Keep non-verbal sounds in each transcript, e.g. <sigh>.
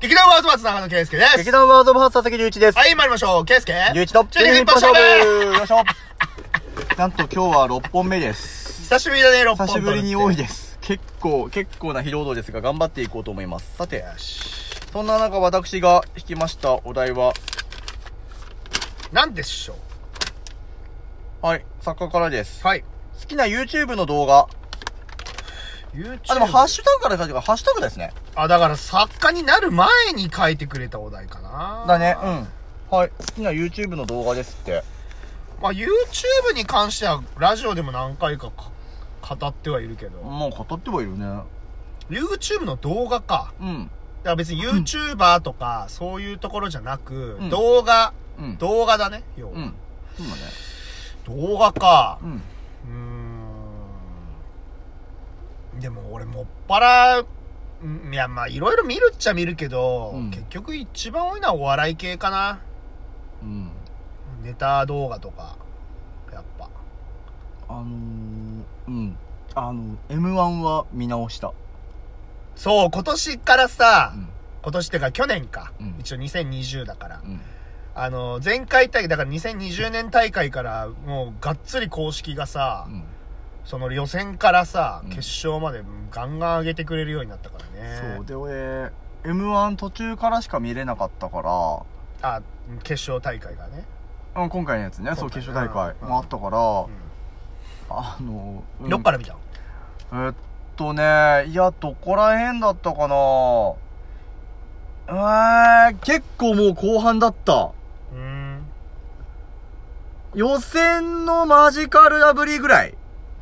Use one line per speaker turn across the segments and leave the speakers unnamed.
劇団ワーズマツ長野圭介です。
劇団ワードオブハウス佐々木隆一です。
はい、参りましょう。圭介。
隆一の
チェリー一本勝負
負よいしょなんと今日は6本目です。
久しぶりだね、6本
久しぶりに多い
で。
です。結構、結構な疲労度ですが、頑張っていこうと思います。さて、そんな中私が引きましたお題は、
なんでしょ
はい、作家からです。
う。はい。
好きな YouTube の動画。
YouTube。
あ、でもハッシュタグから書いてるから、ハッシュタグですね。
あ、だから作家になる前に書いてくれたお題かな。
だね、うん。はい、好きな YouTube の動画ですって。
まあ、YouTube に関しては、ラジオでも何回かか語ってはいるけど、
もう語ってはいるね。
YouTube の動画か。
うん。
だから別に YouTuber とか、そういうところじゃなく、
うん
動画、
うん。
動画だね、要は。
うん。そうだね。
動画か。
うん。
うーんでも俺もっぱらうんいやまあいろいろ見るっちゃ見るけど、
うん
結局一番多いのはお笑い系かな
うん。
ネタ動画とかやっぱ
あのー、うん。あの、M1 は見直した。
そう今年からさ、
うん。
今年ってか去年か、
うん
一応2020だから
うん。
あの前回大会だから2020年大会からもうがっつり公式がさ、
うん
その予選からさ、
うん
決勝までガンガン上げてくれるようになったからね
そう。で、俺、M1 途中からしか見れなかったか
あ決勝大会がね、
ら、うん、今回のやつね、そ
今
う、
回
決
ね
勝大会
うん
もあったから、
う
あのー、うん
ん、どっから見たの
えっとね、いや、どこら辺だったかなえー、結構もう後半だった。
うーん
予選のマジカルラブリーぐらい。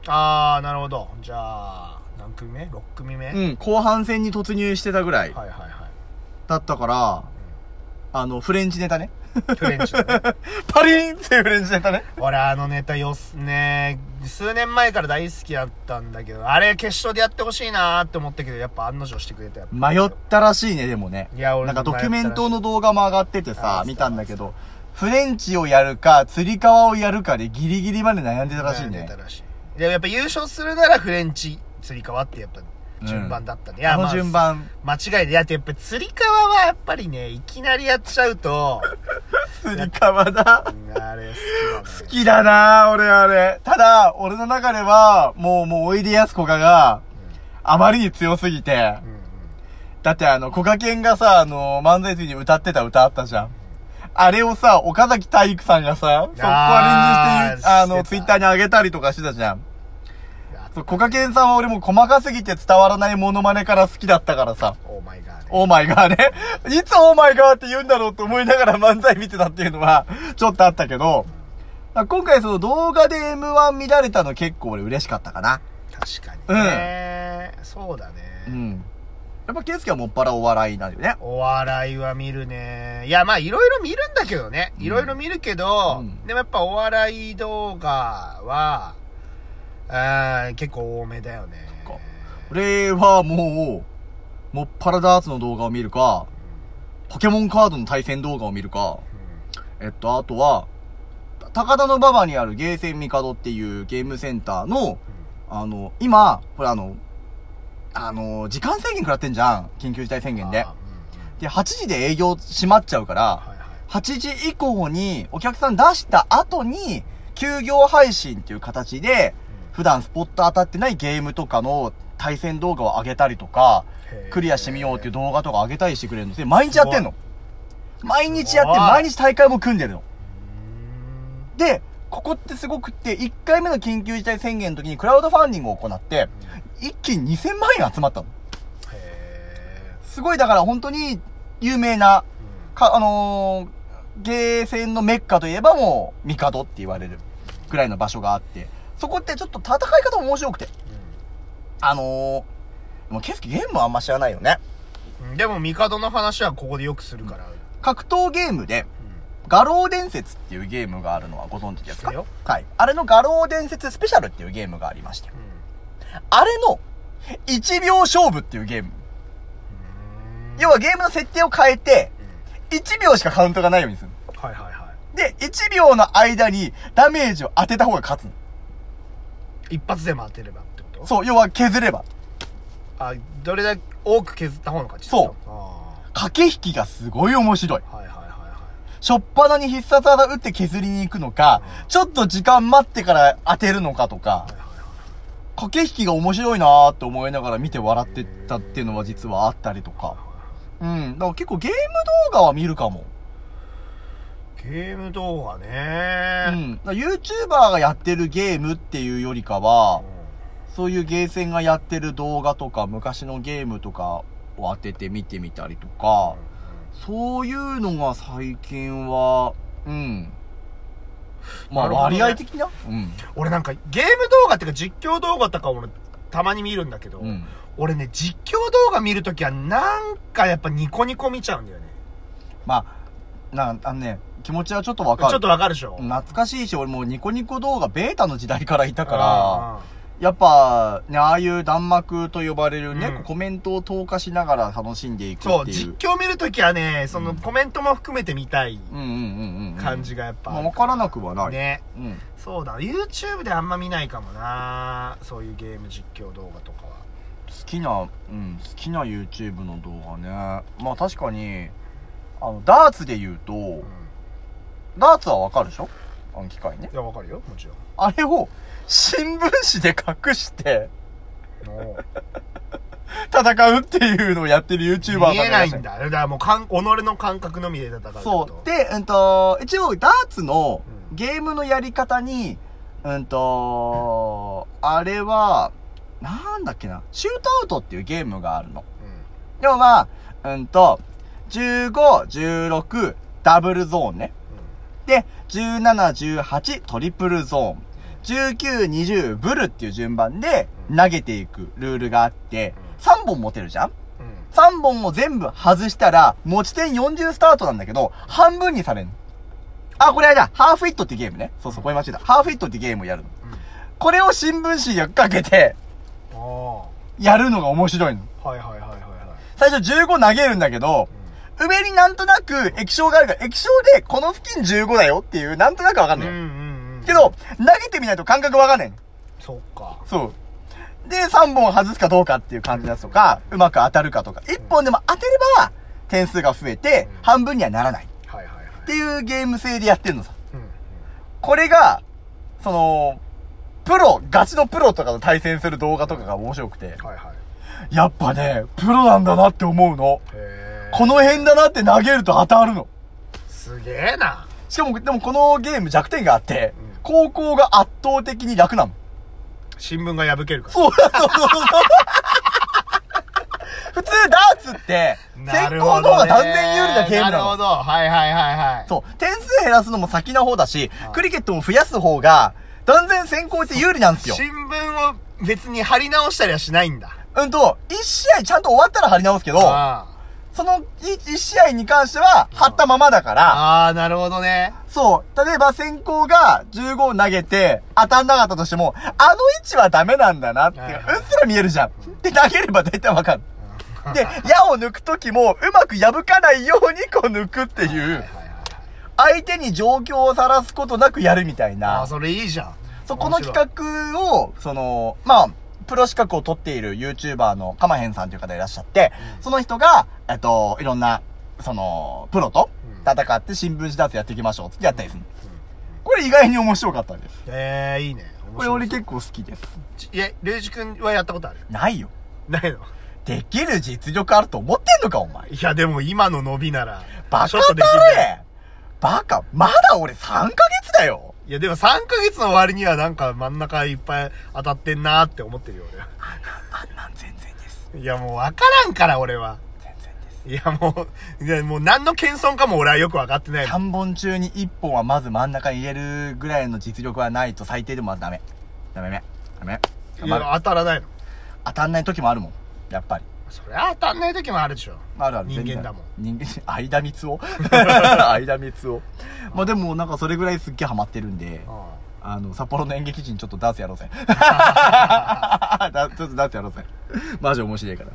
ああなるほどじゃあ何組目 ?6 組目、
うん、後半戦に突入してたぐらい
はいはいは
だったから、あの、フレンチネタね。
いフレンチだ
<laughs>
ね
パリーンっていうフレンチネタね。
俺あのネタよすね数年前から大好きだったんだけどあれ決勝でやってほしいなーって思ったけどやっぱ案の定してくれたよ
迷ったらしいね、でもね。
いや俺
なんかドキュメントの動画も上がっててさ
あ、
見たんだけど、フレンチをやるか、釣り革をやるかでギリギリまで悩んでたらしい
出
ね
た。らしいでもやっぱ優勝するならフレンチつり革ってやっぱ順番だったね、いや
あ
ま
の
あ
順番、
間違いでやってやっぱつり革はやっぱりねいきなりやっちゃうと
釣り革だ。
うんあれ好きだね
好きだな俺あれ。ただ、俺の中では、もう、もう、おいでやすこがが、あまりに強すぎて、
うんうん
だってあの、コカケンがさ、あの、漫才中に歌ってた歌あったじゃん。あれをさ、岡崎体育さんがさ、そこアレンジして、
あー
あの、
してた
ツイッターに上げたりとかしてたじゃん。
いや
そう、コカケンさんは俺もう細かすぎて伝わらないモノマネから好きだったからさ、
オーマイガーね
オーマイガーね。 <laughs> いつオーマイガーって言うんだろうと思いながら漫才見てたっていうのは、ちょっとあったけど、まあ今回その動画で M1 見られたの結構俺嬉しかったかな。
確かにね、そうだね、
うん。やっぱケンスケはもっぱらお笑いなんだよね。
お笑いは見るねいやまあいろいろ見るんだけどね
うん
いろいろ見るけど、
うん
でもやっぱお笑い動画はあー結構多めだよね
そっか俺はもう、もっぱらダーツの動画を見るか、ポケモンカードの対戦動画を見るか、
うん
えっと、あとは、高田の馬場にあるゲーセンミカドっていうゲームセンターの、あの、今、これあの、あの、時間制限食らってんじゃん。緊急事態宣
うん
言で
あ。ー
で、8時で営業閉まっちゃうか
うん
ら、
はいはい
8時以降にお客さん出した後に、休業配信っていう形で、普段スポット当たってないゲームとかの対戦動画を上げたりとか、
うんへー
クリアしてみようっていう動画とか上げたりしてくれるので、毎日やってんの。毎日やって、
すごい
毎日大会も組んでるの。
うん
で、ここってすごくって、1回目の緊急事態宣言の時にクラウドファンディングを行って、一気に2000万円集まったの。
へ
すごい、だから本当に有名な、
ーうん
か、あのーゲーセンのメッカといえばもう、ミカドって言われるぐらいの場所があって、そこってちょっと戦い方も面白くて、あのー、もうケスケゲームはあんま知らないよね。
うんうんでも帝の話はここでよくするから、うん
格闘ゲームで、画廊伝説っていうゲームがあるのはご存知で
知っ
す
てる
か
よ
はい。あれの画廊伝説スペシャルっていうゲームがありまして。あれの1秒勝負っていうゲーム。
うん
要はゲームの設定を変えて、
うん
1秒しかカウントがないようにする。
はいはいは
で、1秒の間にダメージを当てた方が勝つの。
い一発でも当てればってこと
そう、要は削れば。
あどれだけ多く削った方の勝ち
そう
あ
駆け引きがすごい面白い。
はいはいはいは
しょっぱなに必殺技打って削りに行くのか、ちょっと時間待ってから当てるのかとか、駆け引きが面白いなーって思いながら見て笑ってたっていうのは実はあったりとか。うん。だから結構ゲーム動画は見るかも。
い。ゲーム動画ね
う
ー。
ん。だから YouTuber がやってるゲームっていうよりかは、そういうゲーセンがやってる動画とか、昔のゲームとかを当てて見てみたりとか、そういうのが最近は、うん。まあ、
なるほどね
割合的な、うん。
俺なんかゲーム動画っていうか実況動画とか俺たまに見るんだけど、
うん。
俺ね、実況動画見るときはなんかやっぱニコニコ見ちゃうんだよね。
まあ、なんあのね、気持ちはちょっとわかる。
ちょっとわかるでしょ、
懐かしいし、俺もうニコニコ動画ベータの時代からいた
だ
から、やっぱ、ね、ああいう弾幕と呼ばれるね、
うん
コメントを投下しながら楽しんでいく
そ
っ
う、
ていう
実。況見るときはね、そ
うん
のコメントも含めて見たい
うんうんうんうん。
感じ。がやっぱ
まあ、
あ
わ
る
からなくはない。
ね。
うん。
そうだ、YouTube であんま見ないかもなそういうゲーム実況動画とかは。
好きな、うん、好きな YouTube の動画ね。まあ確かに、あの、ダーツで言うと
うん、。
ダーツはわかるでしょあの機械ね
い。や、わかるよ、もちろん。
あれを新聞紙で隠して <laughs>
もう
戦うっていうのをやってる YouTuber さんが
見
ら
え
っし
ない
ゃる
んだ。だからもうかん、己の感覚のみで戦うってこと。
そう。で、うんと、一応、ダーツの
うん
ゲームのやり方に、うんと、あれは、なんだっけな、シュートアウトっていうゲームがあるの。
う
要は、うんと、15、16、ダブルゾーンね。
ん。うん。
で、17、18、トリプルゾーン。19、20、ブルっていう順番で
うん
投げていくルールがあって、
うん
3本持てるじゃん
うん。
3本を全部外したら、持ち点40スタートなんだけど、半分にされんの。あ、これあれだ、ハーフヒットってゲームね。そうそう、これ間違えた。ハーフヒットってゲームをやるの。これを新聞紙にかけて、
うん。あ
やるのが面白いの。
あ。はいはいはいはいはい。
最初15投げるんだけど、上になんとなく液晶があるから、液晶でこの付近15だよっていう、なんとなくわかん
うん
ない、
うんうん。
け、ど、投げてみないと感覚わかんないの。
そっか。
そう。で、3本外すかどうかっていう感じだとか、うまく当たるかとか、1本でも当てれば、点数が増えて
う、ん
半分にはならない。
はいはいはい。
っていうゲーム性でやってんのさ。
うんうん。
これが、その、プロ、ガチのプロとかと対戦する動画とかが面白くて、
はいはい。
やっぱね、プロなんだなって思うの。
へえ。
この辺だなって投げると当たるの。
すげえな。
しかも、でもこのゲーム弱点があって
うん、
高校が圧倒的に楽なの。
新聞が破けるから。
そう、そうそうそう。普通ダーツって、先行の方が断然有利なゲー
な
ムな
る
の
ほ。ど。はいはいはいはい。
そう。点数減らすのも先な方だし
はい、
クリケットも増やす方が、断然先行って有利なんですよ。
新聞を別に貼り直したりはしないんだ。
うんと、一試合ちゃんと終わったら貼り直すけど、
あ
そのい一試合に関しては貼ったままだか
あ
ら、
あー、なるほどね。
そう、例えば先行が15投げて当たんなかったとしても、あの位置はダメなんだなっていう、
は
う
い
っ
はい
すら見えるじゃん。で、投げれば大体わかる。
うん
で、矢を抜くときも、うまく破かないようにこう抜くってい
は
う
い、
<laughs>
はいはいはい
相手に状況をさらすことなくやるみたい
あ
な
あ、。それいいじゃん。
そう、この企画を、その、まあ、プロ資格を取っている YouTuber のカマヘンさんという方がいらっしゃって、
うん
その人が、えっと、いろんな、その、プロと
うん
戦って新聞紙ダーツやっていきましょうってやったりする。
面白い。
これ意外に面白かったです。
うんええ、いいね。
これ俺
構。
結構好きです。
いや、レイジ君はやったことある
ないよ。
ないの <laughs>
できる実力あると思ってんのか、お前。
いや、でも今の伸びなら。
バ
ち
カ
ょっとできる
だ
ね
ね。バカ。まだ俺3ヶ月だよ。
いや、でも3ヶ月の終わりにはなんか真ん中いっぱい当たってんなーって思ってるよ、
あんなん全然です。
<laughs> 俺。いや、もうわからんから、俺は。
全然です。
いや、もう、いや、もう何の謙遜かも俺はよくわかってない。
3本中に1本はまず真ん中に入れるぐらいの実力はないと最低でもまずダメ。ダメめ。ダメ。
いや、当たらないの。
当たんない時もあるもん。やっぱり。
そりゃ当たんない時もあるでしょ。
あるある。
人
全然
間だもん。
人間、 <laughs> 間三つ
<laughs>
を間三つを。まあでもなんかそれぐらいすっげえハマってるんで、
う
あの、札幌の演劇人ちょっとダーツやろうぜ。 <laughs> だちょっとダーツやろうぜ。マジ面白いから。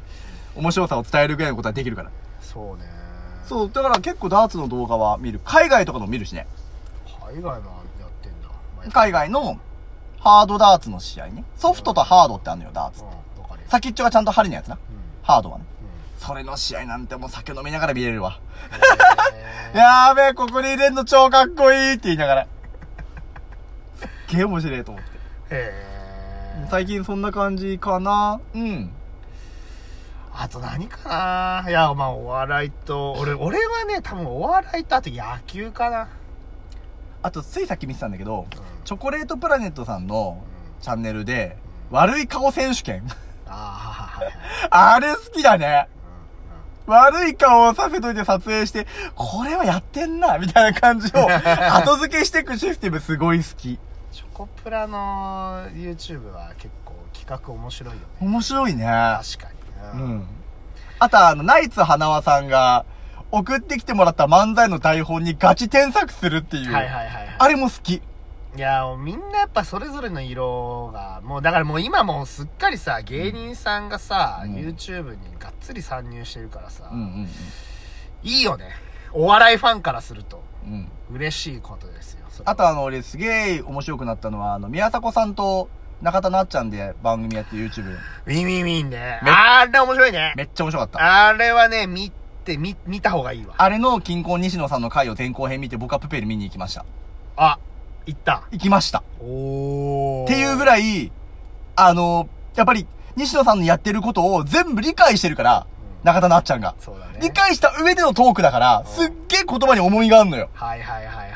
面白さを伝えるぐらいのことはできるから。
ん。そうね。
そう、だから結構ダーツの動画は見る。海外とかのも見るしね。
海外のやってんだ。まあ
海外のハードダーツの試合ね。ソフトとハードってあるのよ、ダーツ
う。ん、わかるよ。
先っちょがちゃんと針のやつな。
うん。
ハードはね。
うん。
それの試合なんてもう酒飲みながら見れるわ。
え
やーべえ、ここに入れんの超かっこいいって言いながら。すっげえ面白いと思って。
ーへー
最近そんな感じかなうん。
あと何かないや、まあ、お笑いと、俺、俺はね、多分お笑いと、あと野球かな。
あと、ついさっき見てたんだけど、
うん
チョコレートプラネットさんの
うん
チャンネルで、悪い顔選手権。 <laughs>
ああ、はいはいはい。
あれ好きだね。
うんうん
悪い顔をさせといて撮影して、これはやってんな、みたいな感じ
<laughs>
を、後付けしてくシステムすごい好き。
チョコプラの YouTube は結構企画面白いよね。
面白いね。
確か
う
に。うん。
ん。あと、あの、ナイツ花輪さんが、送ってきてもらった漫才の台本にガチ添削するっていう。
はいはいはいは
あれも好き。
い。いや、もうみんなやっぱそれぞれの色が、もうだからもう今もうすっかりさ、芸人さんがさ、
うん
YouTube にがっつり参入してるからさ、
ん
いいよね。お笑いファンからすると
うん。うん。
嬉しいことですよ。それは
あとあの、俺すげえ面白くなったのは、あの、宮迫さんと中田なっちゃんで番組やって YouTube。
ウィンウィンウィンね。
め
あれ面白いね。
めっちゃ面白かった。
あれはね、見て、見、見た方がいいわ。
あれの近郊西野さんの回を前後編見て僕はプペル見に行きました。
あ、行った。
行きました。
おー。
っていうぐ
い。
らい、あの、やっぱり西野さんのやってることを全部理解してるから、中田なっちゃんが。
そうだね。
理解した上でのトークだから、
ん
すっげえ言葉に重みがあるのよ。
はいはいはいはいはい。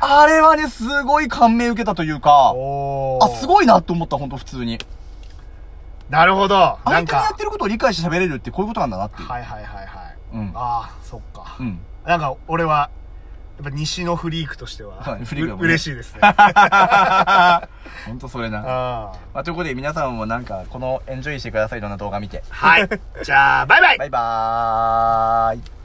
あれはね、すごい感銘受けたというか、
おー
あ、すごいなって思った、ほんと普通に。
なるほど。なん
相手のや
か
っ。てることを理解して喋れるってこういうことなんだなっていう。
はいはいはいはい。
うん。
ああ、そっか
う。ん。
なんか、俺は、やっぱ西のフリークとして
は
は、
いフリークだ
う
もんね
嬉しい
<laughs>
ですね。
ほんとそれな。
あー
まあ、ということで皆さんもなんか、このエンジョイしてください、いろんな動画見て。
はい。じゃあ、バイバイ
バイバーイ。